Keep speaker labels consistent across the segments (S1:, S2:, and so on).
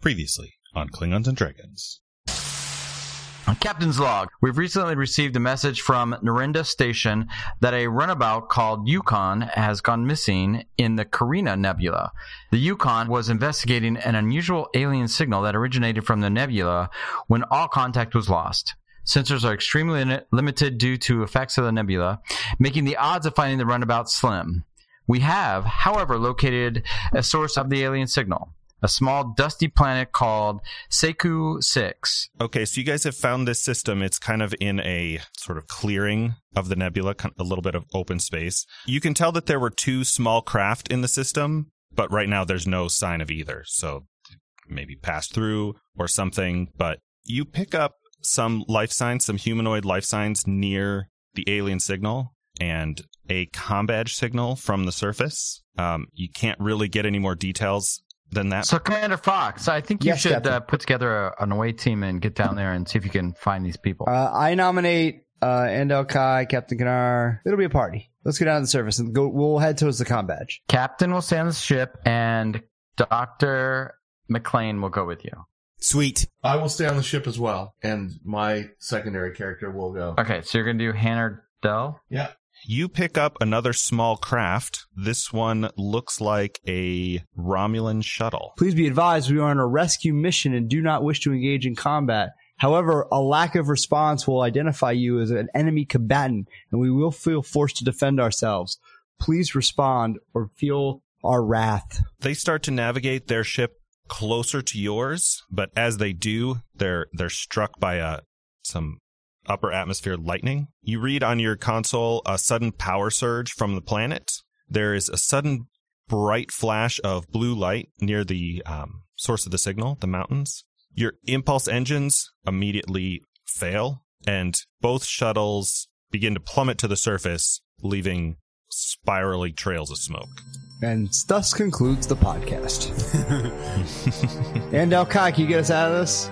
S1: Previously on Klingons and Dragons.
S2: Captain's log. We've recently received a message from Narinda Station that a runabout called Yukon has gone missing in the Carina Nebula. The Yukon was investigating an unusual alien signal that originated from the nebula when all contact was lost. Sensors are extremely li- limited due to effects of the nebula, making the odds of finding the runabout slim. We have, however, located a source of the alien signal, a small dusty planet called Seku 6.
S1: Okay, so you guys have found this system. It's kind of in a sort of clearing of the nebula, kind- a little bit of open space. You can tell that there were two small craft in the system, but right now there's no sign of either. So maybe passed through or something, but you pick up some life signs, some humanoid life signs near the alien signal and a com badge signal from the surface. Um, you can't really get any more details than that.
S2: So, Commander Fox, I think you
S3: Yes,
S2: should
S3: Captain.
S2: uh, put together a, an away team and get down there and see if you can find these people.
S3: Uh, I nominate uh, Endel Kai, Captain Kanar. It'll be a party. Let's go down to the surface and go. We'll head towards the com badge.
S2: Captain will stay on the ship, and Doctor McLean will go with you.
S4: Sweet.
S5: I will stay on the ship as well, and my secondary character will go.
S2: Okay, so you're gonna do Hannah Dell.
S5: Yeah.
S1: You pick up another small craft. This one looks like a Romulan shuttle.
S3: Please be advised, we are on a rescue mission and do not wish to engage in combat. However, a lack of response will identify you as an enemy combatant, and we will feel forced to defend ourselves. Please respond or feel our wrath.
S1: They start to navigate their ship closer to yours, but as they do, they're they're struck by a some upper atmosphere lightning. You read on your console a sudden power surge from the planet. There is a sudden bright flash of blue light near the um, source of the signal, the mountains. Your impulse engines immediately fail, and both shuttles begin to plummet to the surface, leaving spirally trails of smoke.
S3: And thus concludes the podcast. Endel Kai, can you get us out of this?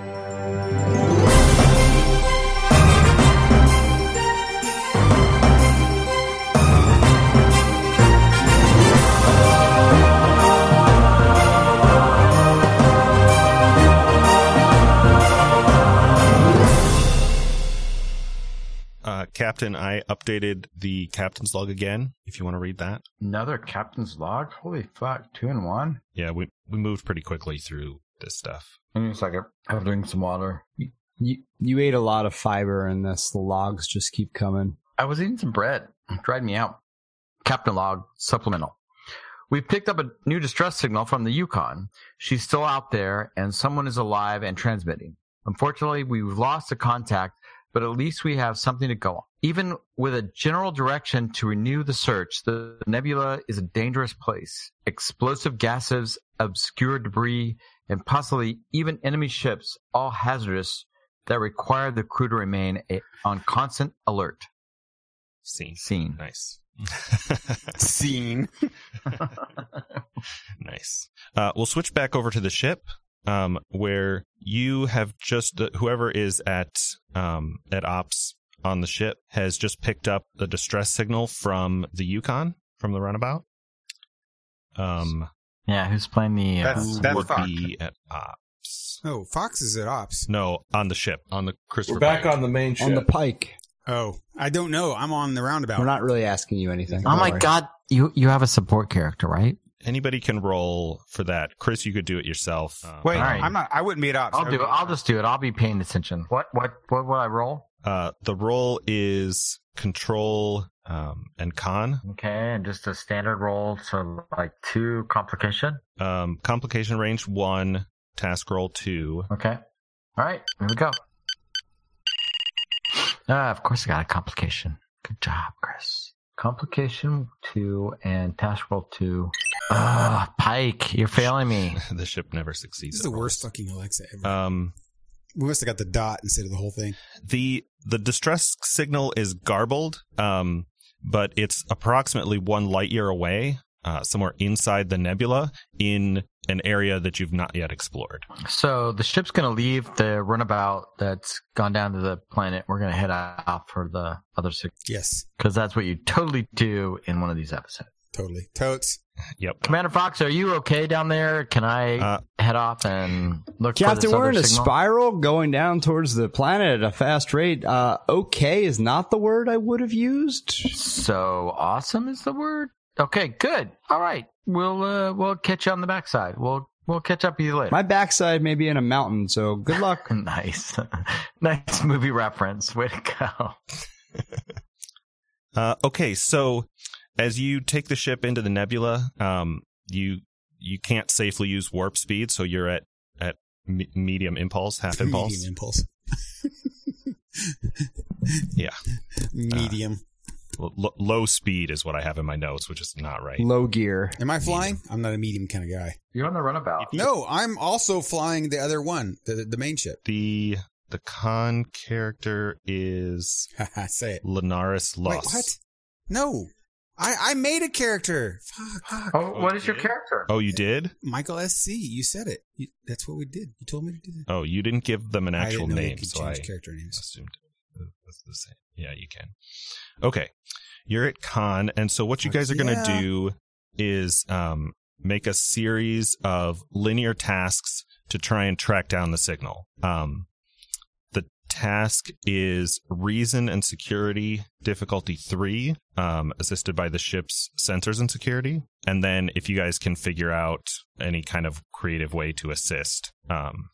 S1: Uh, Captain, I updated the captain's log again. If you want to read that,
S2: Another captain's log. Holy fuck! Two and one.
S1: yeah, we we moved pretty quickly through this stuff.
S2: Give me a second. I'll drink some water.
S3: You, you ate a lot of fiber in this. The logs just keep coming.
S2: I was eating some bread. It dried me out. Captain Log supplemental. We've picked up a new distress signal from the Yukon. She's still out there and someone is alive and transmitting. Unfortunately, we've lost the contact, but at least we have something to go on. Even with a general direction to renew the search, the nebula is a dangerous place. Explosive gases, obscure debris, and possibly even enemy ships, all hazardous that require the crew to remain a- on constant alert
S1: Scene,
S2: scene.
S1: nice,
S4: Scene.
S1: nice. Uh, we'll switch back over to the ship, um, where you have just whoever is at um, at ops on the ship has just picked up the distress signal from the Yukon from the runabout. Um,
S2: Yeah, who's playing the? Uh,
S5: That's- that's
S1: would
S5: Fox.
S1: be at ops.
S4: Oh, Fox is at ops.
S1: No, on the ship, on the Christopher.
S5: We're back
S1: Pike.
S5: on the main
S3: On the
S5: ship.
S3: pike.
S4: Oh, I don't know. I'm on the roundabout.
S3: We're not really asking you anything.
S2: oh
S3: Don't
S2: my
S3: worry.
S2: god, you you have a support character, right?
S1: anybody can roll for that. Chris, you could do it yourself. Um,
S4: Wait,
S2: All right.
S4: I'm not. I wouldn't be at ops.
S2: I'll do it. I'll just do it. I'll be paying attention. What what what will I roll?
S1: Uh, the roll is control um, and con.
S2: Okay, and just a standard roll, so like two complication.
S1: Um, complication range one, task roll two.
S2: Okay, all right, here we go. Ah, of course I got a complication. Good job, Chris. Complication two and task roll two. Ah, Pike, you're failing me.
S1: the ship never
S4: This
S1: succeeds.
S4: is the
S1: at
S4: worst
S1: rolls.
S4: fucking Alexa ever.
S2: Uh,
S1: Um,
S4: we must have got the dot instead of the whole thing.
S1: the the distress signal is garbled, um, but it's approximately one light year away, uh, somewhere inside the nebula, in an area that you've not yet explored.
S2: So the ship's going to leave the runabout that's gone down to the planet. We're going to head out for the other six
S4: Yes,
S2: because that's what you totally do in one of these episodes.
S4: totally. Totes.
S1: Yep.
S2: Commander Fox, are you okay down there? Can I
S1: Uh,
S2: head off and look for
S3: Captain,
S2: this
S3: we're
S2: other
S3: in a
S2: signal?
S3: spiral going down towards the planet at a fast rate. Uh, okay is not the word I would have used.
S2: So awesome is the word. Okay, good. All right, we'll uh, we'll catch you on the backside. We'll we'll catch up with you later.
S3: My backside may be in a mountain, so good luck.
S2: nice, nice movie reference. Way to go.
S1: Uh, okay, so as you take the ship into the nebula, um, you you can't safely use warp speed, so you're at at me- medium impulse, half impulse.
S4: Medium impulse.
S1: Yeah.
S4: Medium.
S2: Uh,
S1: L- lo- low speed is what I have in my notes, which is not right.
S3: Low gear.
S4: Am I flying? I'm not a medium kind of guy.
S2: You're on the runabout.
S4: No, I'm also flying the other one, the the, the main ship.
S1: The the con character is
S4: Say it.
S1: Lenaris Lost.
S4: Wait, what? No, I I made a character. Fuck.
S2: Oh, what is your character?
S1: Oh, you did?
S4: Michael SC, you said it. You, that's what we did. You told me to do that.
S1: Oh, you didn't give them an
S4: I
S1: actual
S4: didn't know we
S1: name,
S4: could
S1: so I
S4: change character names.
S1: assumed that's the same. Yeah, you can. Okay, you're at con, and so what you
S4: Fuck
S1: guys are gonna
S4: yeah.
S1: do is um, make a series of linear tasks to try and track down the signal. Um, the task is reason and security, difficulty three, um, assisted by the ship's sensors and security. And then if you guys can figure out any kind of creative way to assist um,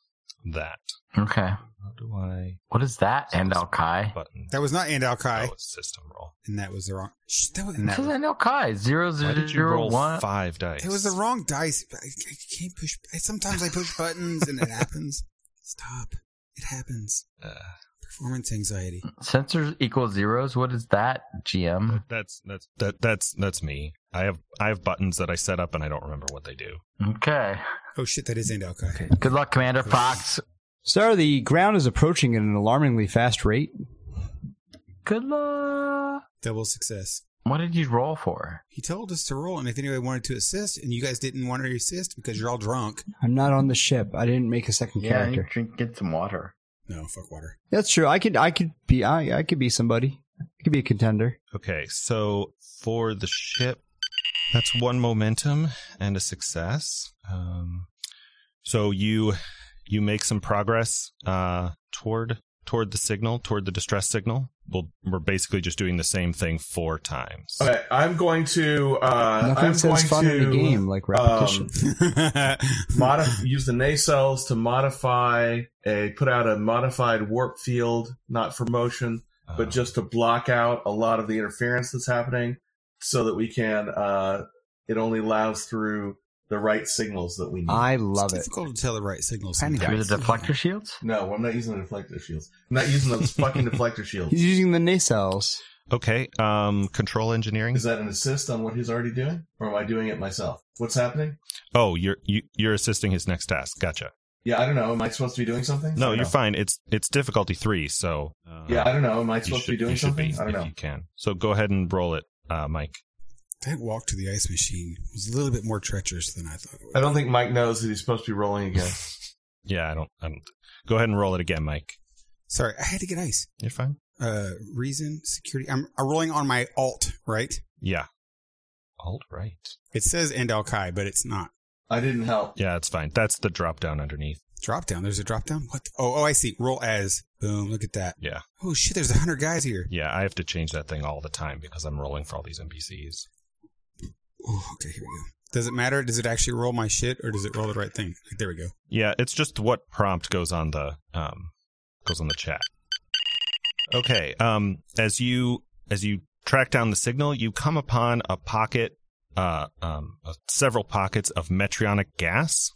S1: that.
S2: Okay.
S1: How do I
S2: What is that? And Al Kai.
S1: button?
S4: That was not and Al Kai,
S1: Oh, it's system roll.
S4: and that was the wrong. Shh, that was,
S2: This is Al Kai. Zero
S1: Why
S2: zero
S1: did you
S2: zero
S1: roll
S2: one.
S1: five dice?
S4: It was the wrong dice. I, I can't push. I, sometimes I push buttons and it happens. Stop. It happens.
S1: Uh,
S4: Performance anxiety.
S2: Sensors equal zeros. What is that, GM?
S1: that's that's that that's that's me. I have I have buttons that I set up and I don't remember what they do.
S2: Okay.
S4: Oh shit, that is Andal Kai.
S2: Good luck, Commander Fox.
S3: Sir, the ground is approaching at an alarmingly fast rate.
S2: Good luck.
S4: Double success.
S2: What did you roll for?
S4: He told us to roll, and if anybody wanted to assist, and you guys didn't want to assist because you're all drunk.
S3: I'm not on the ship. I didn't make a second character.
S2: drink. Get some water.
S4: No, fuck water.
S3: That's true. I could I could be I, I could be somebody. I could be a contender.
S1: Okay, so for the ship, that's one momentum and a success. Um, so you you make some progress uh, toward toward the signal, toward the distress signal. We'll, we're basically just doing the same thing four times.
S5: Okay, I'm going to. Uh,
S3: Nothing
S5: I'm
S3: says
S5: going
S3: fun
S5: to
S3: in a game like repetition.
S5: um, modif- use the nacelles to modify a put out a modified warp field, not for motion, but
S1: Uh,
S5: just to block out a lot of the interference that's happening, so that we can. Uh, it only allows through the right signals that we need.
S3: I love
S4: it's
S3: it.
S4: difficult to tell the right signals.
S3: Penny
S2: Through
S4: sometimes.
S2: the deflector shields.
S5: no, I'm not using the deflector shields. I'm not using those fucking deflector shields.
S3: He's using the nacelles.
S1: okay, um, control engineering.
S5: Is that an assist on what he's already doing, or am I doing it myself? What's happening?
S1: Oh, you're you, you're assisting his next task. Gotcha.
S5: Yeah, I don't know. Am I supposed to be doing something?
S1: No,
S5: Or
S1: you're fine. It's it's difficulty three, so uh,
S5: Yeah, I don't know. Am I
S1: you
S5: supposed
S1: should
S5: to be doing
S1: you should
S5: something?
S1: be
S5: I don't
S1: if
S5: know.
S1: you can. So go ahead and roll it, uh, Mike.
S4: That walk to the ice machine was a little bit more treacherous than I thought. It would.
S5: I don't think Mike knows that he's supposed to be rolling again.
S1: Yeah, I don't. I'm, go ahead and roll it again, Mike.
S4: Sorry, I had to get ice.
S1: You're fine.
S4: Uh, reason, security. I'm, I'm rolling on my alt, right?
S1: Yeah. All right.
S4: It says Andal Kai, but it's not.
S5: I didn't help.
S1: Yeah, it's fine. That's the drop down underneath.
S4: Drop down. There's a drop down. What? the- oh, oh, I see. Roll as. Boom. Look at that.
S1: Yeah,
S4: Oh shit. There's a hundred guys here.
S1: yeah. I have to change that thing all the time because I'm rolling for all these NPCs.
S4: Ooh, okay. Here we go. Does it matter? Does it actually roll my shit, or does it roll the right thing? Like, there we go.
S1: Yeah, it's just what prompt goes on the um goes on the chat. Okay, um as you as you track down the signal, you come upon a pocket uh um uh, several pockets of metrionic gas.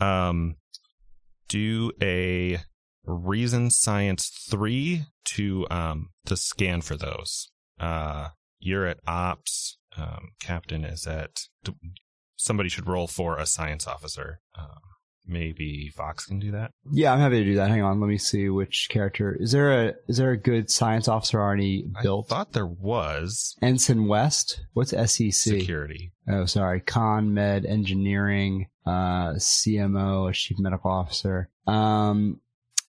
S1: Um do a reason science 3 to um to scan for those. Uh you're at ops, um captain is at somebody should roll for a science officer. Um, maybe Fox can do that.
S3: Yeah, I'm happy to do that. Hang on, let me see which character is there. A is there a good science officer already
S1: I
S3: built?
S1: thought there was
S3: Ensign West. What's SEC?
S1: security.
S3: Oh, sorry. Con Med Engineering, uh, CMO, Chief Medical Officer. Um,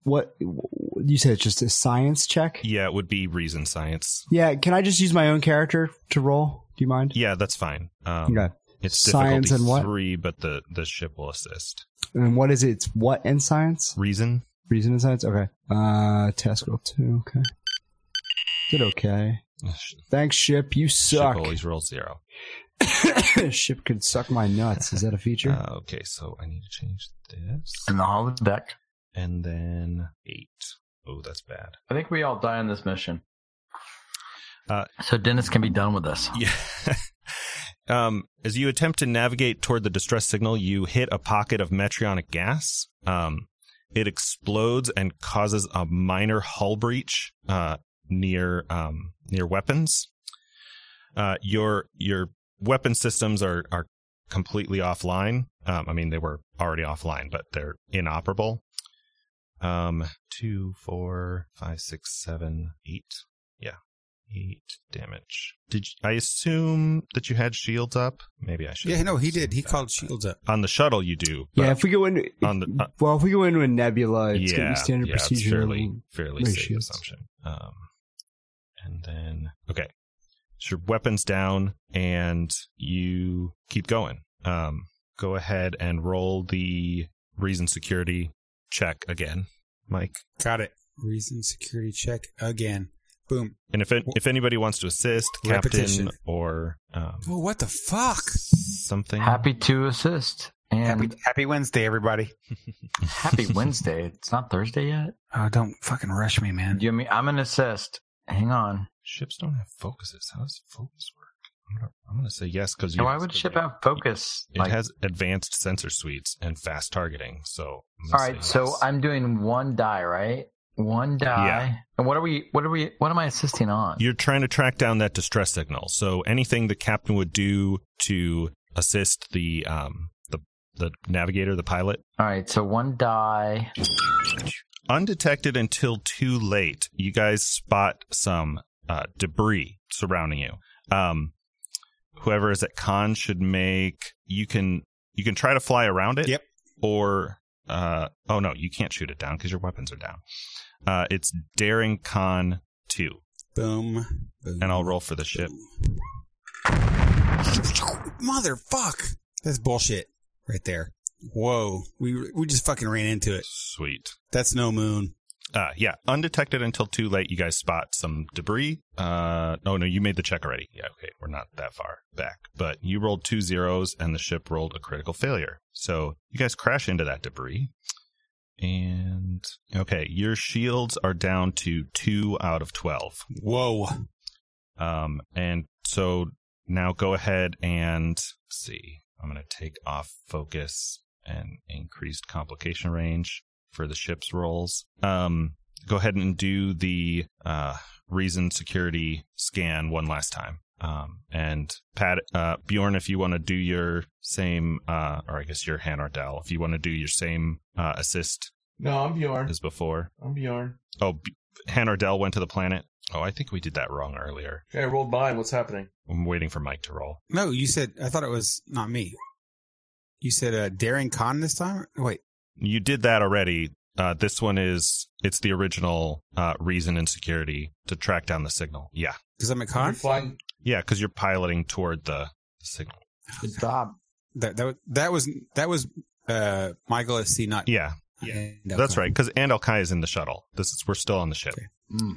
S3: what you said? It's just a science check.
S1: Yeah, it would be reason science.
S3: Yeah. Can I just use my own character to roll? Do you mind?
S1: Yeah, that's fine. Um,
S3: okay.
S1: It's
S3: Science
S1: difficulty
S3: and what?
S1: three, but the the ship will assist.
S3: And what is it? It's what and science?
S1: Reason.
S3: Reason and science? Okay. Uh, task roll two. Okay. Did okay.
S1: Ship
S3: Thanks, ship. You suck.
S1: always rolls zero.
S3: ship could suck my nuts. Is that a feature?
S1: Uh, okay, so I need to change this,
S2: in the holodeck.
S1: and then eight. Oh, that's bad.
S2: I think we all die on this mission.
S1: Uh,
S2: so Dennis can be done with this.
S1: Yeah. um, as you attempt to navigate toward the distress signal, you hit a pocket of metrionic gas. Um, it explodes and causes a minor hull breach uh, near um, near weapons. Uh, your your weapon systems are are completely offline. Um, I mean, they were already offline, but they're inoperable. Um, two, four, five, six, seven, eight eight damage. Did you, I assume that you had shields up? Maybe I should.
S4: Yeah, no, he did. He
S1: assume
S4: called
S1: that.
S4: shields up.
S1: on the shuttle. You do. but
S3: yeah. If we go into
S1: on the uh,
S3: well, if we go into a nebula, it's
S1: yeah,
S3: gonna be standard
S1: yeah, it's
S3: procedure.
S1: fairly fairly
S3: no
S1: safe
S3: shields.
S1: assumption. Um, and then okay, so your weapons down, and you keep going. Um, go ahead and roll the reason security check again, Mike.
S4: Got it. Reason security check again. Boom.
S1: And if it, if anybody wants to assist, captain
S4: Repetition.
S1: or um,
S4: Oh, what the fuck?
S1: something,
S2: Happy to assist.
S4: Happy,
S2: And
S4: happy Wednesday, everybody.
S2: happy, Wednesday. It's not Thursday yet.
S4: Oh, don't fucking rush me, man.
S2: You mean I'm an assist. Hang on.
S1: Ships don't have focuses. How does focus work? I'm gonna, I'm gonna say yes because
S2: Why would ship have focus?
S1: It has advanced sensor suites and fast targeting. So I'm
S2: all
S1: gonna
S2: right.
S1: say
S2: So
S1: yes.
S2: I'm doing one die, right? One die.
S1: Yeah.
S2: And what are we? What are we? What am I assisting on?
S1: you're trying to track down that distress signal. So anything the captain would do to assist the um the the navigator, the pilot,
S2: all right. So one die.
S1: undetected until too late, you guys spot some uh, debris surrounding you. Um, whoever is at con should make you can you can try to fly around it.
S4: Yep.
S1: Or uh, oh no, you can't shoot it down because your weapons are down. Uh, it's daring con two,
S4: Boom. Boom.
S1: and I'll roll for the ship.
S4: Motherfuck. That's bullshit right there. Whoa. We we just fucking ran into it.
S1: Sweet.
S4: That's no moon.
S1: Uh, yeah, undetected until too late. You guys spot some debris. Uh, oh no, you made the check already. Yeah, okay, we're not that far back, but you rolled two zeros and the ship rolled a critical failure. So you guys crash into that debris, and okay, your shields are down to two out of twelve.
S4: Whoa.
S1: Um, and so now go ahead and let's see. I'm going to take off focus and increased complication range for the ship's rolls. Um, go ahead and do the uh, reason security scan one last time. Um, and Pat uh, Bjorn, if you want to do your same, uh, or I guess your Han or Dell, if you want to do your same uh, assist
S5: No, I'm Bjorn.
S1: as before.
S5: I'm Bjorn.
S1: Oh, B- Han or Dell went to the planet. Oh, I think we did that wrong earlier.
S5: Okay, I rolled mine. What's happening?
S1: I'm waiting for Mike to roll.
S4: No, you said I thought it was not me. You said uh daring con this time? Wait.
S1: You did that already. Uh, this one is it's the original uh, reason and security to track down the signal. Yeah,
S4: Because I'm at
S5: You're
S4: con?
S5: flying.
S1: yeah, because you're piloting toward the, the signal.
S2: Good job.
S4: That, that was- that was that was uh Michael S. C. Not
S1: Yeah,
S4: yeah,
S1: that's right. Because and Kai is in the shuttle. This is we're still on the ship.
S4: Okay.
S2: Mm.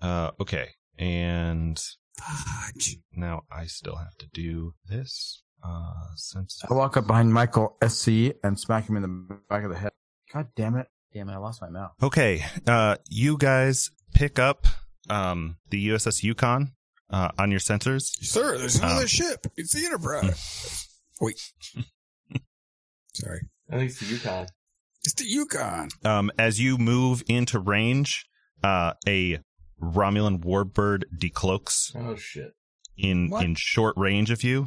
S1: Uh, okay, and
S4: Fudge.
S1: now I still have to do this. Uh, since
S2: I walk up behind Michael SC and smack him in the back of the head. God damn it! Damn it! I lost my mouth.
S1: Okay, uh, you guys pick up um, the USS Yukon uh, on your sensors.
S4: Sir, there's another
S1: Um,
S4: ship. It's the Enterprise.
S1: Hmm.
S4: Wait. Sorry.
S5: I think it's the Yukon.
S4: It's the Yukon.
S1: um, as you move into range, uh, a Romulan warbird decloaks
S5: Oh shit.
S1: in
S4: What?
S1: in short range of you.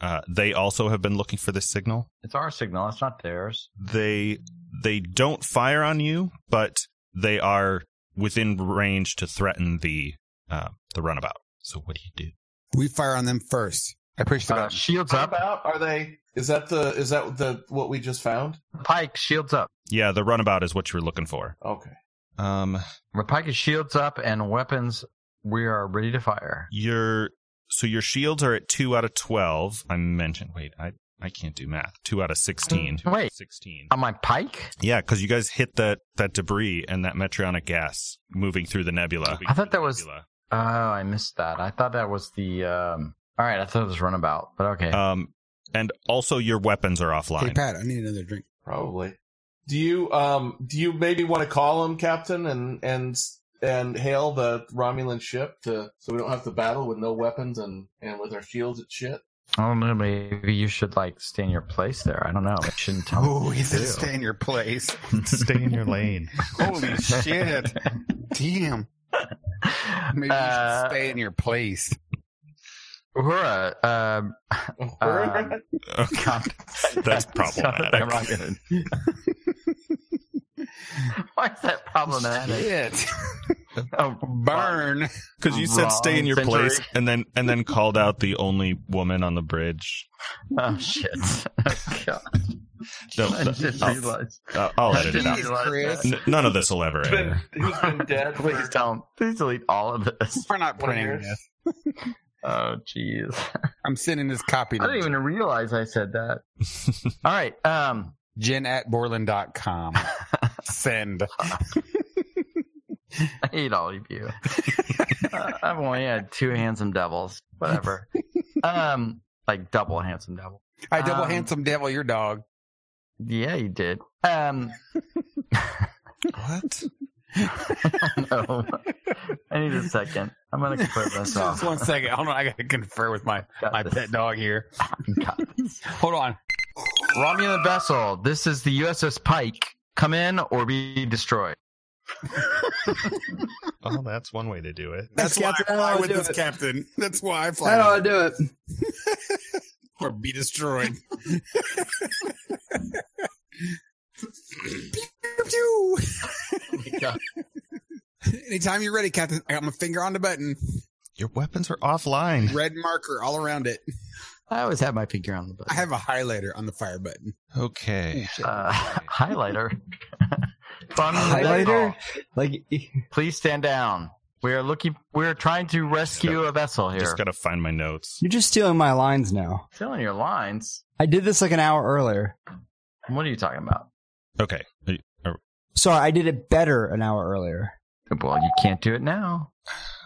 S1: Uh, they also have been looking for this signal.
S2: It's our signal. It's not theirs.
S1: They they don't fire on you, but they are within range to threaten the uh, the runabout. So what do you do?
S4: We fire on them first. I push the
S2: Uh,
S4: button.
S2: shields
S5: How
S2: up.
S5: about are they? Is that the? Is that the what we just found?
S2: Pike shields up.
S1: Yeah, the runabout is what you were looking for.
S5: Okay.
S1: Um,
S2: Rapika shields up and weapons. We are ready to fire.
S1: your So your shields are at two out of twelve. I mentioned. Wait, I I can't do math. Two out of sixteen.
S2: Mm, wait.
S1: sixteen.
S2: On my pike?
S1: Yeah, because you guys hit that that debris and that metrionic gas moving through the nebula.
S2: I thought that was-
S1: Nebula.
S2: Oh, I missed that. I thought that was the. um All right, I thought it was runabout, but okay.
S6: Uh,
S1: Um, and also your weapons are
S4: Hey,
S1: offline.
S4: Pat, I need another drink.
S5: Probably. Do you um do you maybe want to call him Captain and and and hail the Romulan ship to so we don't have to battle with no weapons and and with our shields and shit?
S2: I don't know. Maybe you should like stay in your place there. I don't know. I shouldn't tell.
S6: Oh,
S2: me
S6: he
S2: what to
S6: said
S2: do.
S6: stay in your place. stay in your lane. Holy shit. Damn. Maybe you
S2: Uh,
S6: should stay in your place.
S2: Uhura, uh, Um, God,
S1: That's
S2: that sounded like
S1: problematic.
S2: I'm wrong. Why is that problematic?
S6: Shit.
S2: Oh,
S6: Burn.
S1: Because you said stay in your
S2: Wrong
S1: place,
S2: century.
S1: and then and then called out the only woman on the bridge.
S2: oh shit! Oh, God.
S1: No,
S2: I didn't
S1: I'll-
S2: realize.
S1: Uh, I'll
S2: I
S1: edit it
S2: didn't
S1: out.
S4: Jesus,
S2: realize
S4: Chris.
S2: that.
S1: N- none of this will ever air.
S5: who's been dead for
S2: Please don't. Please delete all of this.
S6: We're not
S5: Twenty
S6: printing
S5: years.
S6: this.
S2: Oh jeez!
S6: I'm sending this copy
S2: I didn't
S6: to
S2: even realize I said that. All right. Um.
S6: jen at borland.com. Send.
S2: I hate all of you. Uh, I've only had two handsome devils. Whatever. Um. Like double handsome devil.
S6: I double
S2: Um,
S6: handsome devil your dog.
S2: Yeah, you did. Um,
S1: What?
S2: no. I need a second. I'm gonna clip this off.
S6: Just one second. Hold on. I gotta confer with my
S2: Got
S6: my
S2: this. Oh,
S6: pet dog here.
S2: Got this.
S6: Hold on.
S2: Romulan vessel. This is the USS Pike. Come in or be destroyed.
S1: Oh, that's one way to do it.
S4: That's why
S3: Captain, I
S4: I fly
S3: don't
S4: with
S3: do
S4: this
S3: it.
S4: captain. That's why I
S3: How do I
S4: fly
S3: do it?
S4: or be destroyed. Pew, pew. Anytime you're ready, Captain. I got my finger on the button.
S1: Your weapons are offline.
S4: Red marker all around it.
S2: I always have my finger on the button.
S4: I have a highlighter on the fire button.
S1: Okay.
S2: uh, highlighter. Fun
S3: Highlighter? Like,
S2: Please stand down. We are looking. We are trying to rescue a vessel here.
S1: Just gotta find my notes.
S3: you're just stealing my lines now.
S2: Still in your lines.
S3: I did this like an hour earlier.
S2: What are you talking about?
S1: Okay.
S3: Sorry, I did it better an hour earlier.
S2: Well, Oh, you can't do it now.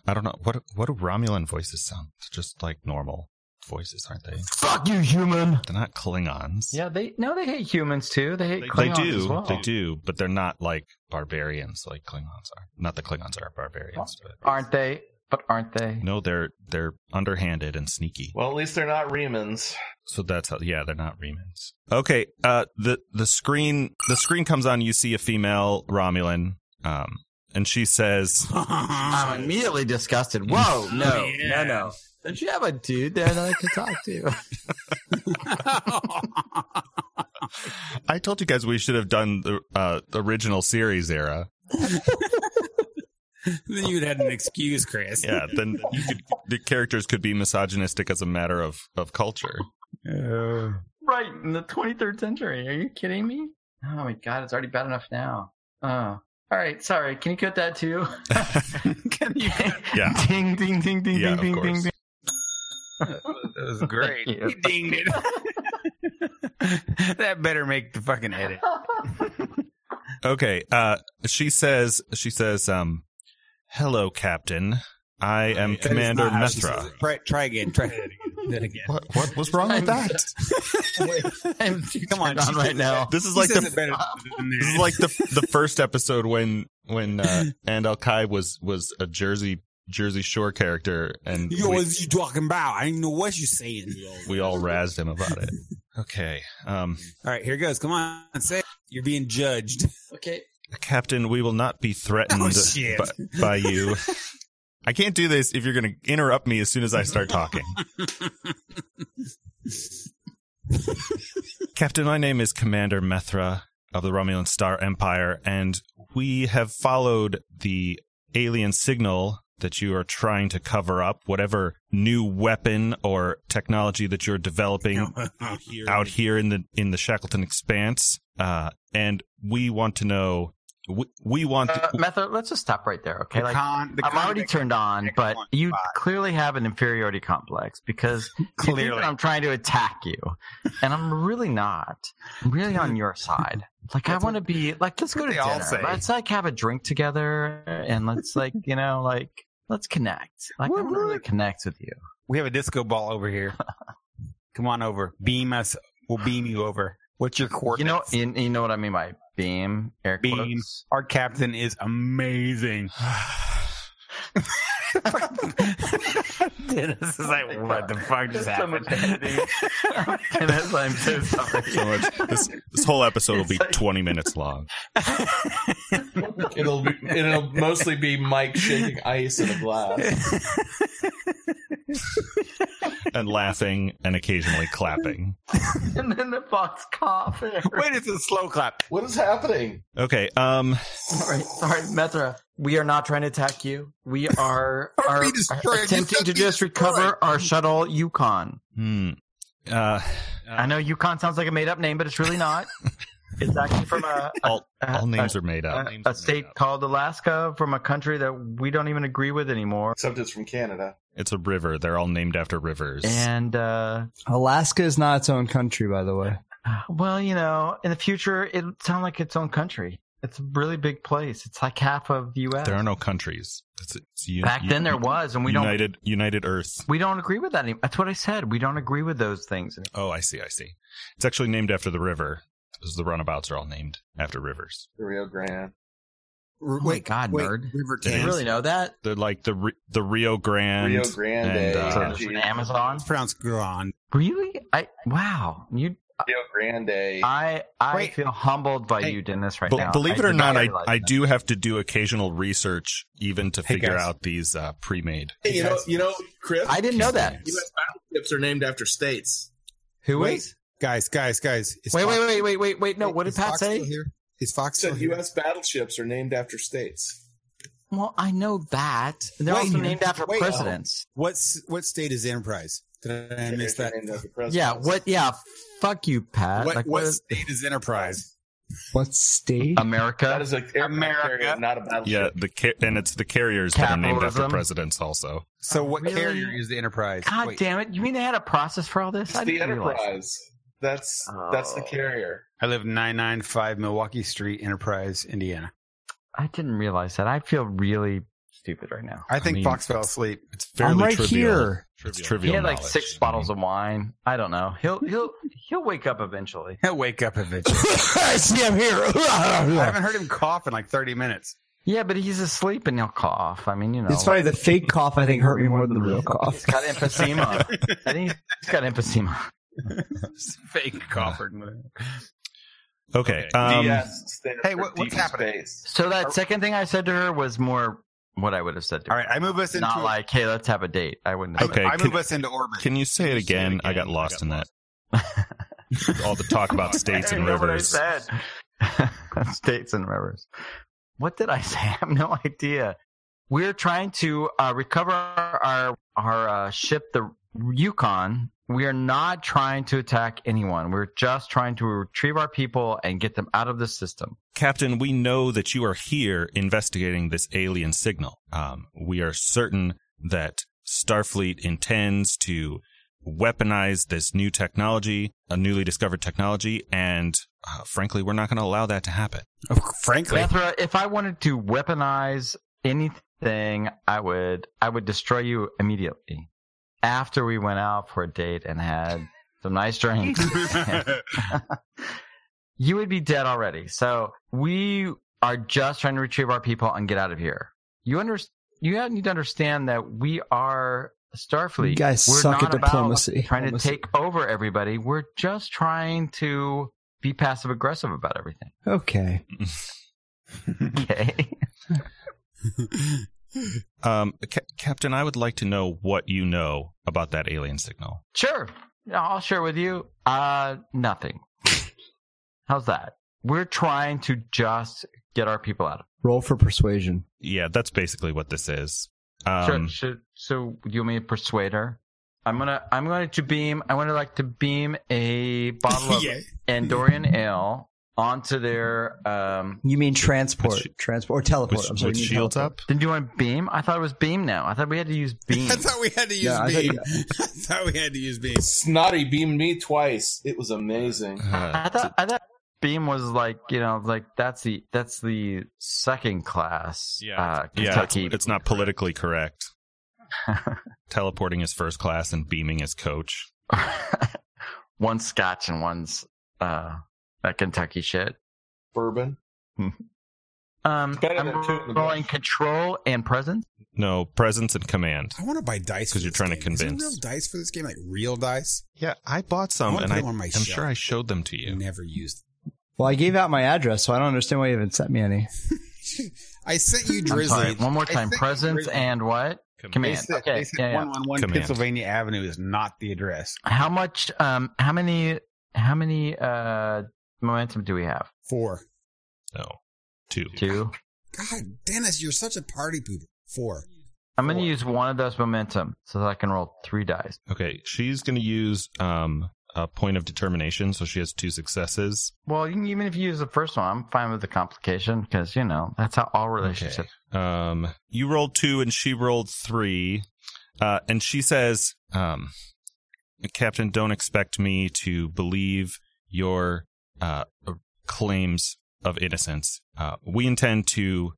S1: I don't know what what do Romulan voices sound? They're just like normal voices, aren't they?
S2: Fuck you, human.
S1: They're not Klingons.
S2: Yeah, they no, they hate humans too. They hate
S1: They, they
S2: Klingons
S1: do.
S2: as well.
S1: They do, but they're not like barbarians like Klingons are. Not that Klingons are barbarians, but
S2: aren't they? But aren't they?
S1: no, they're they're underhanded and sneaky.
S5: Well, at least they're not Remans.
S1: So that's how yeah, they're not remans. Okay. Uh the the screen the screen comes on, you see a female Romulan, um, and she says
S2: I'm immediately disgusted. Whoa, no, no, no. Don't you have a dude there that I can talk to?
S1: I told you guys we should have done the uh original series era.
S4: then you'd had an excuse, Chris.
S1: Yeah, then you could the characters could be misogynistic as a matter of, of culture.
S2: right in the 23rd century. Are you kidding me? Oh my god, it's already bad enough now. Oh. All right, sorry. Can you cut that too? Can you?
S1: Yeah.
S2: Ding, ding, ding, ding,
S1: Yeah,
S2: ding,
S1: of
S2: ding, ding,
S1: course.
S2: ding.
S6: That was great.
S2: Thank you.
S6: He dinged it. that better make the fucking edit.
S1: Okay. Uh she says she says, um Hello, Captain. I am
S4: That is
S1: Commander
S4: not how she
S1: Mestra.
S4: says it. Try, try again. Try that again. That again.
S1: What what was wrong with that?
S2: I'm
S4: Come on,
S2: on right now.
S1: This is
S4: He
S1: like
S4: says
S1: the
S4: it better than
S1: This is
S4: that.
S1: like the the first episode when when uh, and Al Kai was was a Jersey Jersey Shore character, and
S4: You know
S1: we,
S4: what you talking about? I didn't know what you saying.
S1: we all razzed him about it. Okay, um,
S4: All right, here goes. Come on, say it. You're being judged.
S2: Okay.
S1: Captain, we will not be threatened
S4: Oh, shit.
S1: by, by you. I can't do this if you're going to interrupt me as soon as I start talking. Captain, my name is Commander Methra of the Romulan Star Empire, and we have followed the alien signal that you are trying to cover up, whatever new weapon or technology that you're developing
S4: Out here.
S1: out here in the in the Shackleton Expanse, uh, and we want to know We, we want.
S2: Uh, Method, let's just stop right there, okay?
S6: The
S2: Like,
S6: con- the
S2: I'm
S6: con-
S2: already
S6: the-
S2: turned on,
S6: Come
S2: but
S6: on,
S2: you
S6: bye.
S2: clearly have an inferiority complex because you think that
S6: Clearly.
S2: I'm trying to attack you, and I'm really not. I'm really on your side. Like I want to be like let's go to
S6: That's what they all
S2: dinner.
S6: say.
S2: Let's like have a drink together, and let's like you know like let's connect. Like I want to really connect with you.
S6: We have a disco ball over here. Come on over. Beam us. We'll beam you over. What's your
S2: You know,
S6: coordinates?
S2: you, you know what I mean by beam, air
S6: Beam.
S2: quotes.
S6: our captain is amazing.
S2: Uh,
S6: Dennis is like, what the fuck just happened?
S2: and as I'm so sorry.
S1: So much. This, this whole episode will be 20 minutes long.
S5: It'll be, it'll mostly be Mike shaking ice in a glass.
S1: and laughing and occasionally clapping.
S2: and then the fox cough.
S6: Wait, it's a slow clap.
S5: What is happening?
S1: Okay, um
S2: Sorry, sorry, Metra. We are not trying to attack you. We are,
S4: Don't
S2: are
S4: be destroyed.
S2: are
S4: Just
S2: attempting
S4: don't
S2: to
S4: be
S2: just recover our shuttle Yukon.
S1: hmm, uh
S2: I know Yukon sounds like a made up name, but it's really not. it's actually from a, a,
S1: all, all names are made
S2: a,
S1: up.
S2: uh, a state called Alaska from a country that we don't even agree with anymore.
S5: Except it's from Canada.
S1: It's a river. They're all named after rivers.
S2: And uh,
S3: Alaska is not its own country, by the way.
S2: well, you know, in the future, it'll sound like its own country. It's a really big place. It's like half of the U.S.
S1: There are no countries. It's, it's u-
S2: Back
S1: u-
S2: then, there was, and we don't
S1: United United Earth.
S2: We don't agree with that anymore. That's what I said. We don't agree with those things.
S1: Oh, I see. I see. It's actually named after the river. Because the runabouts are all named after rivers.
S5: The Rio Grande.
S4: R-
S2: Oh my God, nerd.
S4: River
S1: It
S2: You
S1: is.
S4: Thames.
S2: really know that?
S1: They're like the Ri- the Rio Grande.
S5: Rio Grande.
S1: and, uh,
S5: Rio
S2: There's an Amazon.
S6: It's pronounced Grand.
S2: Really? I wow. You
S5: Grande.
S2: I I
S6: Wait.
S2: feel humbled by
S6: Hey.
S2: you, Dennis, right
S1: Be-
S2: now.
S1: believe it or
S2: did
S1: not, I,
S2: realize
S1: I
S2: that.
S1: do have to do occasional research even to
S6: Hey,
S1: figure
S6: guys.
S1: out these uh, pre-made.
S5: Hey, you know, you know, Chris.
S2: I didn't know that.
S5: U.S. battleships are named after states.
S6: Who
S4: Wait.
S6: is? Guys, guys, guys. Is
S2: Wait,
S6: Fox-
S2: wait, wait, wait, wait, wait. No, what did
S4: Is
S2: Pat
S4: Fox
S2: say?
S4: still Here? Is Fox still
S5: Said
S4: here?
S5: U.S. battleships are named after states.
S2: Well, I know that. They're
S6: Wait,
S2: also
S6: man.
S2: named after
S6: Wait,
S2: presidents.
S6: What's what state is Enterprise? Did I miss that?
S5: Named after
S2: Yeah.
S5: presidents.
S2: What? Yeah. Fuck you, Pat.
S6: What,
S2: like
S6: what
S2: what?
S6: state is Enterprise?
S3: What state?
S1: Um,
S5: That
S2: America.
S5: is a aircraft
S6: America.
S5: carrier, not a battleship.
S1: Yeah, the ca- and it's the carriers that are named after
S2: Capitalism.
S1: presidents also.
S6: So what
S2: Really?
S6: carrier is the Enterprise?
S2: God
S6: Wait,
S2: damn it! You mean they had a process for all this?
S5: It's the
S2: didn't realize that.
S5: Enterprise. That's that's the
S2: Oh.
S5: carrier.
S6: I live 995 Milwaukee Street, Enterprise, Indiana.
S2: I didn't realize that. I feel really stupid right now.
S6: I think
S2: mean,
S6: Fox fell asleep.
S1: It's fairly
S3: I'm right
S1: trivial.
S3: here.
S1: It's
S2: He
S1: trivial.
S2: had like
S1: knowledge.
S2: six bottles of wine. I don't know. He'll he'll he'll wake up eventually.
S6: He'll wake up eventually.
S3: I see, I'm
S6: I
S3: here.
S6: haven't heard him cough in like 30 minutes.
S2: Yeah, but he's asleep and he'll cough. I mean, you know,
S3: it's funny. The fake cough I think hurt me more than the real
S2: he's
S3: cough.
S2: got emphysema. I think he's got emphysema.
S6: Fake cougher.
S1: Okay. Um,
S5: DS stands
S6: Hey,
S5: for
S6: what- what's
S5: deep
S6: happening?
S5: Space.
S2: So that second thing I said to her was more what I would have said to
S6: All
S2: her.
S6: right, I move us into
S2: Not like, hey, let's have a date. I wouldn't.
S6: I,
S2: Have
S1: Okay,
S6: I move
S1: can-
S6: us into orbit.
S1: can you say it again? I got lost in that. All the talk about states and rivers.
S2: States and rivers. What did I say? I have no idea. We're trying to uh, recover our our uh, ship, the Yukon. We are not trying to attack anyone. We're just trying to retrieve our people and get them out of the system.
S1: Captain, we know that you are here investigating this alien signal. Um, we are certain that Starfleet intends to weaponize this new technology, a newly discovered technology, and uh, frankly, we're not going to allow that to happen.
S6: Frankly,
S2: Methra, if I wanted to weaponize anything, I would I would destroy you immediately after we went out for a date and had some nice drinks. you would be dead already. So we are just trying to retrieve our people and get out of here. You under you have- need to understand that we are Starfleet.
S3: You guys
S2: We're
S3: suck
S2: not
S3: at diplomacy.
S2: About trying
S3: Diplomacy.
S2: to take over everybody. We're just trying to be passive aggressive about everything.
S3: Okay.
S2: Okay.
S1: Um, Ca- Captain, I would like to know what you know about that alien signal.
S2: Sure. Yeah, I'll share with you. Uh, nothing. How's that? We're trying to just get our people out of.
S3: Roll for persuasion.
S1: Yeah, that's basically what this is. Um,
S2: sure, sure. So, do you want me to persuade her? I'm gonna, I'm going to beam. I want to like to beam a bottle of
S6: Yeah.
S2: Andorian ale onto their. Um,
S3: You mean transport,
S1: With sh-
S3: transport or teleport?
S1: With,
S3: I'm sorry,
S1: with
S3: you mean
S1: shields
S3: teleport.
S1: up?
S2: didn't you want beam? I thought it was beam. Now I thought we had to use beam.
S4: I thought we had to use
S3: Yeah, I thought
S4: beam.
S3: you-
S4: I thought we had to use beam.
S5: Snotty beamed me twice. It was amazing.
S1: Uh,
S2: I thought I thought beam was like you know like that's the that's the second class.
S1: Yeah.
S2: uh,
S1: yeah, it's,
S2: Kentucky.
S1: it's not politically correct. Teleporting is first class and beaming is coach.
S2: one's Scotch and one's uh, that Kentucky shit.
S5: Bourbon.
S2: Um,
S5: Better than two in the
S2: I'm rolling control and presence.
S1: No, presence and command.
S4: I want to buy dice
S1: 'Cause
S4: for
S1: you're
S4: this
S1: trying to
S4: game. Is there
S1: convince.
S4: real dice for this game, like real dice.
S1: Yeah, I bought some
S4: I wanna
S1: and
S4: put
S1: I,
S4: them on my
S1: I'm
S4: shelf.
S1: sure I showed them to you.
S4: Never used.
S3: Well, I gave out my address, so I don't understand why you haven't sent me any.
S4: I sent you
S2: I'm
S4: Drizzly.
S2: sorry, one more
S4: I
S2: time.
S4: sent you
S2: Presence
S4: Drizzly.
S2: and what?
S6: They
S1: Command.
S2: Command.
S6: said,
S2: Okay,
S6: they said
S2: yeah, yeah.
S6: 111
S1: Command.
S6: Pennsylvania Avenue is not the address.
S2: How much? Um, how many? How many uh momentum do we have?
S4: four.
S1: No, two.
S2: Two.
S4: God, Dennis, you're such a party pooper. Four.
S2: I'm gonna
S4: Four.
S2: use one of those momentum so that I can roll three dice.
S1: Okay, she's going to use um, a point of determination, so she has two successes.
S2: Well, you can, even if you use the first one, I'm fine with the complication because you know that's how all relationships.
S1: Um, you rolled two and she rolled three. Uh, and she says, um, Captain, don't expect me to believe your uh, claims of innocence. Uh, we intend to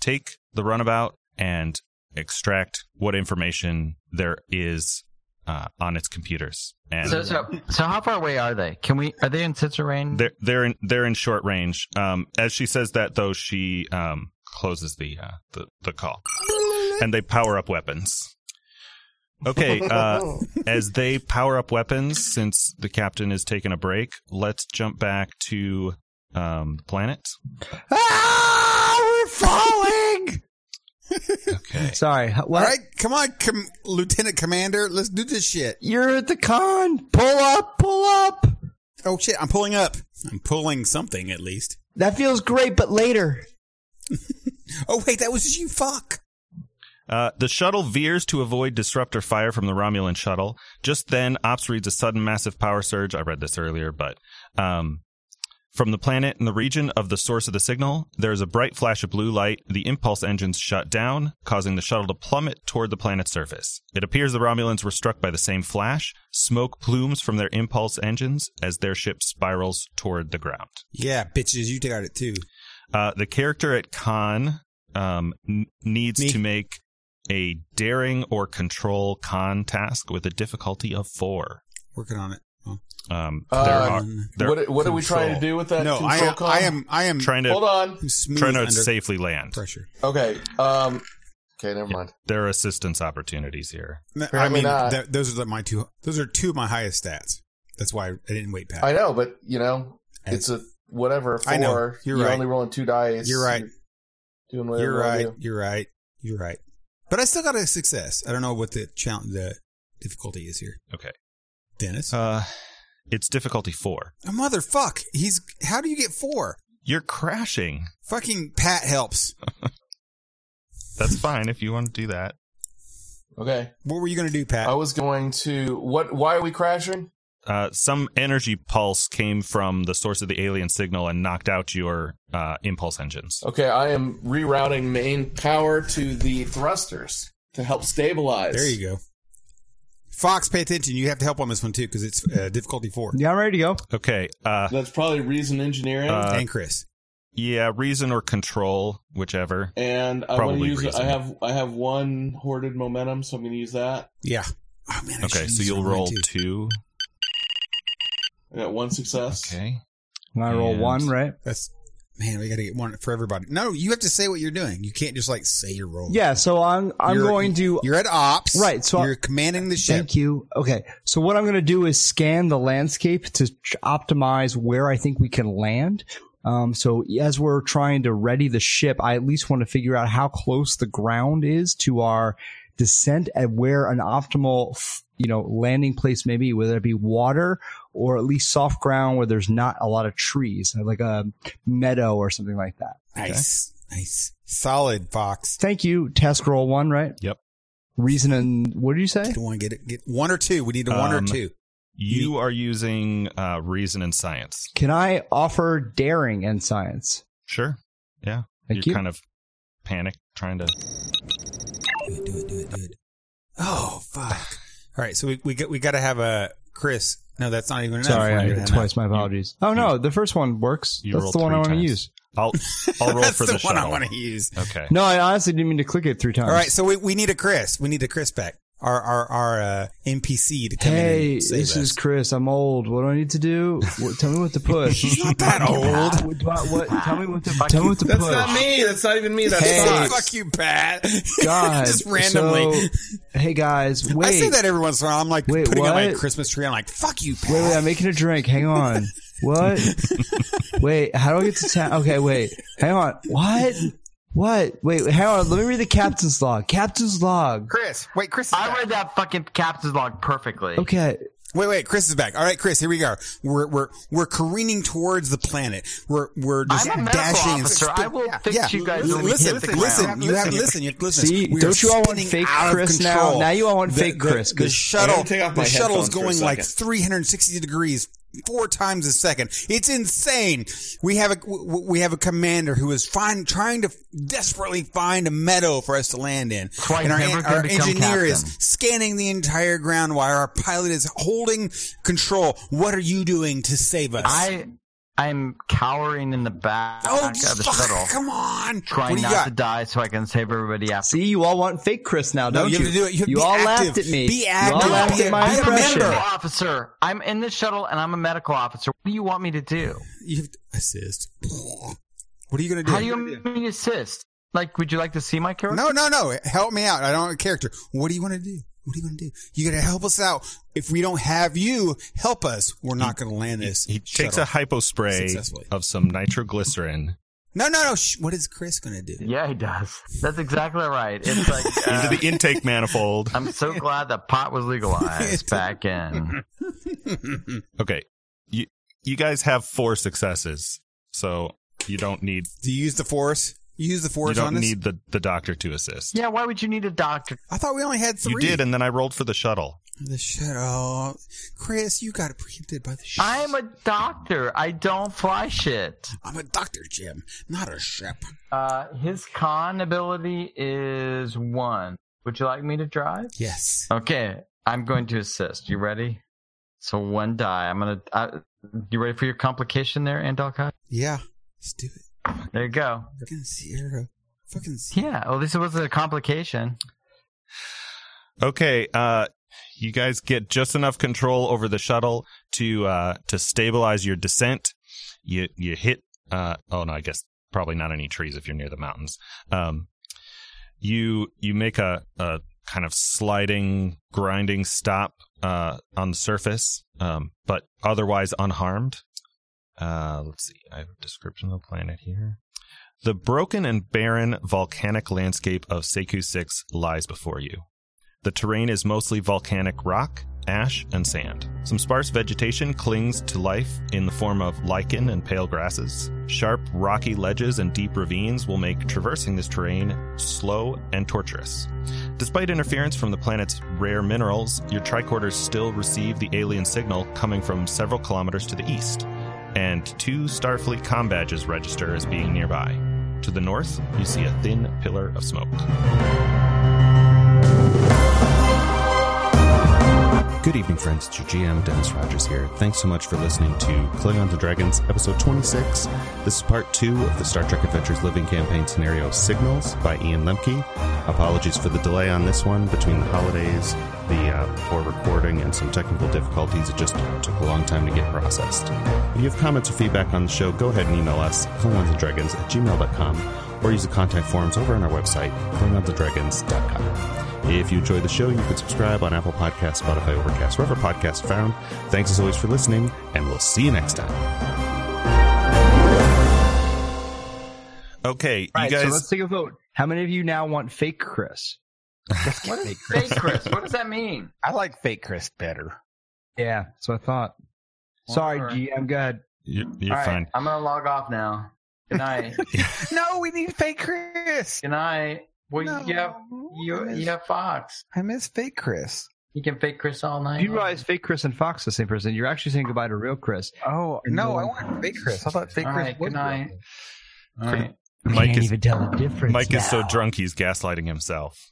S1: take the runabout and extract what information there is uh, on its computers. And
S2: So, so, so how far away are they? Can we? Are they in sensor range?
S1: they're they're in they're in short range. Um, as she says that, though, she um closes the uh, the the call, and they power up weapons. Okay, uh, as they power up weapons, since the captain is taking a break, let's jump back to um the planet.
S3: Ah, we're falling.
S1: Okay,
S3: Sorry, h-
S4: All
S3: what?
S4: right, come on, com- Lieutenant Commander. Let's do this shit.
S3: You're at the con. Pull up, pull up.
S4: Oh shit, I'm pulling up. I'm pulling something at least.
S3: That feels great, but later.
S4: Oh wait, that was you. Fuck.
S1: Uh, the shuttle veers to avoid disruptor fire from the Romulan shuttle. Just then, Ops reads a sudden massive power surge. I read this earlier, but um, from the planet in the region of the source of the signal, there is a bright flash of blue light. The impulse engines shut down, causing the shuttle to plummet toward the planet's surface. It appears the Romulans were struck by the same flash. Smoke plumes from their impulse engines as their ship spirals toward the ground.
S4: Yeah, bitches, you got it too.
S1: Uh, the character at con um, n- needs
S4: Me.
S1: to make a daring or control con task with a difficulty of four.
S4: Working on it. Oh.
S1: Um,
S5: Uh,
S1: there are They're
S5: What, what are we trying to do with that?
S4: No, I
S5: control
S4: am,
S5: column?
S4: I am. I am.
S1: trying
S5: Hold
S1: to
S5: on.
S4: I'm smooth
S1: trying to
S4: under
S1: safely land.
S4: pressure.
S5: Okay. Um. Okay. Never mind.
S1: There are assistance opportunities here.
S4: No, I
S5: Apparently
S4: mean,
S5: not.
S4: that, those are the- my two. Those are two of my highest stats. That's why I didn't wait past.
S5: I know, but you know, it's a whatever. Four.
S4: I know. You're right.
S5: only rolling two dice.
S4: You're right.
S5: Doing whatever
S4: You're
S5: you wanna
S4: right.
S5: do.
S4: You're right. You're right. But I still got a success. I don't know what the challenge, the difficulty is here.
S1: Okay.
S4: Dennis,
S1: Uh, it's difficulty four.
S4: a motherfuck. He's. How do you get four?
S1: You're crashing.
S4: Fucking Pat helps.
S1: That's fine if you want to do that.
S5: Okay.
S4: What were you gonna do, Pat?
S5: I
S1: Oh,
S5: was going to. What? Why are we crashing?
S1: Uh, some energy pulse came from the source of the alien signal and knocked out your uh, impulse engines.
S5: Okay. I am rerouting main power to the thrusters to help stabilize.
S4: There you go. Fox, pay attention. You have to help on this one too because it's uh, difficulty four.
S3: Yeah, I'm ready to go.
S1: Okay. Uh,
S5: That's probably reason engineering.
S1: Uh,
S4: and Chris,
S1: yeah, reason or control, whichever.
S5: and I want to
S1: probably
S5: use.
S1: reason.
S5: I have. I have one hoarded momentum, so I'm going to use that.
S4: yeah. Oh man. I
S1: Okay,
S4: should
S1: so
S4: use
S1: you'll
S4: mine,
S1: roll
S4: too.
S1: two.
S5: I got one success.
S1: Okay.
S3: And I roll
S1: And-
S3: one, right?
S4: That's man. We got to get one for everybody. No, you have to say what you're doing. You can't just like say you're rolling.
S3: Yeah. So I'm I'm
S1: e-
S4: You're-
S3: going to
S4: You're at ops.
S3: Right, so I-
S4: you're commanding the ship.
S3: Thank you. Okay. So what I'm going to do is scan the landscape to tr- optimize where I think we can land. Um, so as we're trying to ready the ship, I at least want to figure out how close the ground is to our descent and where an optimal, f- you know, landing place may be, whether it be water or at least soft ground where there's not a lot of trees, like a meadow or something like that.
S4: Nice, nice, solid, Fox.
S3: Thank you. Task roll one, right?
S1: Yep.
S3: Reason and what did you say?
S4: Don't want to get it. Get one or two. We need a one or
S1: Um,
S4: two.
S1: You are using uh, reason and science.
S3: Can I offer daring and science?
S1: Sure. Yeah.
S3: Thank
S1: You're
S3: you.
S1: kind of panic trying to.
S4: Do it, do it, do it, do it. Oh fuck! All right, so we we got we got to have a Chris. No, that's not even enough.
S3: Sorry,
S4: We're
S3: I
S4: not
S3: did
S4: doing
S3: twice. My apologies. Oh no, the first one works.
S1: You
S3: That's
S1: rolled
S3: the one I
S1: three
S3: want to
S1: times.
S3: use.
S1: I'll I'll roll
S4: enough. That's
S1: for the,
S4: the one I
S1: shuttle.
S4: want to use.
S1: Okay.
S3: No, I honestly didn't mean to click it three times.
S4: All right, so we, we need a Chris. We need a Chris back. Our our our uh, NPC to come in.
S3: Hey,
S4: and save
S3: this
S4: us.
S3: is Chris. I'm old. What do I need to do? What, tell me what to push.
S4: He's not that old.
S3: What, do I- what- tell me what to tell me what to
S5: That's
S3: push.
S5: not me. That's not even me. That's
S3: Hey.
S5: Fox.
S4: Fuck you, Pat.
S3: God,
S4: Just randomly.
S3: So, hey guys, wait.
S4: I say that every once in a while. I'm like
S3: Wait,
S4: putting up my
S3: what?
S4: Christmas tree. I'm like, fuck you, Pat.
S3: Wait, wait, I'm making a drink. Hang on. What? wait, how do I get to town? Okay, wait. Hang on. What? What? Wait, hang on. Let me read the captain's log. Captain's log.
S6: Chris, wait, Chris. Is
S2: I
S6: back.
S2: read that fucking captain's log perfectly.
S3: Okay.
S4: Wait, wait, Chris is back. All right, Chris, here we go. We're we're we're careening towards the planet. We're we're just
S2: I'm a medical
S4: dashing. and
S2: officer.
S4: sp-
S2: I will fix you guys
S4: Listen,
S2: when we
S4: listen,
S2: hit the ground.
S4: listen. You have listen. You have to listen.
S3: See,
S4: We are
S3: don't you all want
S4: spinning
S3: fake
S4: out of
S3: Chris now?
S4: control.
S3: Now you all want
S4: The-
S3: fake
S4: the-
S3: Chris,
S4: The
S3: 'cause-
S5: I'm
S4: shuttle,
S5: gonna take off my
S4: the shuttle's
S5: headphones for a
S4: going like
S5: second.
S4: 360 degrees four times a second. It's insane. We have a w- w- we have a commander who is find, trying to desperately find a meadow for us to land in.
S2: why
S4: and our,
S2: he's never
S4: en-
S2: gonna
S4: our
S2: become
S4: engineer is
S2: captain.
S4: scanning the entire ground while our pilot is holding control. What are you doing to save us?
S2: I I'm cowering in the back
S4: oh
S2: of the
S4: fuck,
S2: shuttle,
S4: come on! what
S2: trying
S4: do you
S2: not
S4: got?
S2: to die so I can save everybody after.
S3: See, you all want fake Chris now,
S4: No,
S3: don't
S4: you
S3: you?
S4: have to do it. You have to be
S3: all
S4: active.
S3: laughed at me.
S4: Be
S3: You
S4: active.
S3: all laughed
S4: Be a-
S3: at my
S4: be a
S2: I'm a
S3: impression.
S2: medical
S4: member.
S2: officer. I'm in the shuttle and I'm a medical officer. What do you want me to do?
S4: You have to assist. What are you gonna do?
S2: How do you want me to assist? Like, would you like to see my character?
S4: No, no, no. Help me out. I don't have a character. What do you want to do? What do you want to do? You gotta help us out. If we don't have you, help us. We're not gonna land this.
S1: He takes
S4: shuttle.
S1: a hypo spray
S4: Successfully.
S1: of some nitroglycerin.
S4: No, no, no. Shh. What is Chris gonna do?
S2: Yeah, he does. That's exactly right. It's like
S1: into
S2: uh,
S1: the intake manifold.
S2: I'm so glad that pot was legalized back in.
S1: Okay, you you guys have four successes, so you don't need
S4: Do you use the force? You use the
S1: you
S4: force
S1: don't
S4: on us.
S1: need the the doctor to assist.
S2: Yeah, why would you need a doctor?
S4: I thought we only had three.
S1: you did, and then I rolled for the shuttle.
S4: the shuttle. Chris, you got it preempted by the ship.
S2: I am a doctor. I don't fly shit.
S4: I'm a doctor, Jim, not a ship.
S2: Uh, his con ability is one. Would you like me to drive?
S4: Yes.
S2: Okay, I'm going to assist. You ready? So one die. I'm gonna. Uh, you ready for your complication there, Andalcott?
S4: Yeah. Let's do it.
S2: There you go.
S4: Fucking Sierra. Fucking Sierra.
S2: Yeah. Well, this was a complication.
S1: Okay, uh, you guys get just enough control over the shuttle to uh, to stabilize your descent. You you hit. Uh, oh no, I guess probably not any trees if you're near the mountains. Um, you you make a, a kind of sliding, grinding stop uh, on the surface, um, but otherwise unharmed. Uh, let's see. I have a description of the planet here. The broken and barren volcanic landscape of Seku 6 lies before you. The terrain is mostly volcanic rock, ash, and sand. Some sparse vegetation clings to life in the form of lichen and pale grasses. Sharp, rocky ledges and deep ravines will make traversing this terrain slow and torturous. Despite interference from the planet's rare minerals, your tricorders still receive the alien signal coming from several kilometers to the east, and two Starfleet com badges register as being nearby. To the north, you see a thin pillar of smoke.
S7: Good evening, friends. It's your GM, Dennis Rogers here. Thanks so much for listening to Klingons and Dragons, episode 26. This is part two of the Star Trek Adventures Living Campaign scenario Signals by Ian Lemke. Apologies for the delay on this one between the holidays, the uh, poor recording, and some technical difficulties. It just took a long time to get processed. If you have comments or feedback on the show, go ahead and email us, klingonsanddragons at gmail.com, or use the contact forms over on our website, klingonsanddragons.com. If you enjoy the show, you can subscribe on Apple Podcasts, Spotify, Overcast, wherever podcasts are found. Thanks as always for listening, and we'll see you next time.
S1: Okay, you
S3: All right,
S1: guys.
S3: so let's take a vote. How many of you now want fake Chris?
S2: What is fake Chris? What does that mean?
S6: I like fake Chris better.
S3: Yeah, that's what I thought. Sorry,
S2: Alright.
S3: GM. Go ahead.
S1: You're, you're
S2: All right,
S1: fine.
S2: I'm gonna log off now. Good night.
S6: No, we need fake Chris.
S2: Good night. Well, you have you, you have Fox.
S6: I miss fake Chris.
S2: He can fake Chris all night.
S3: You realize fake Chris and Fox are the same person. You're actually saying goodbye to real Chris.
S4: Oh no, I want fake Chris. I thought fake
S2: all
S4: Chris.
S2: right,
S4: was
S2: good night.
S4: real. All right.
S1: Mike
S3: can't
S1: is
S3: even tell the difference.
S1: Mike is so
S3: now.
S1: drunk he's gaslighting himself.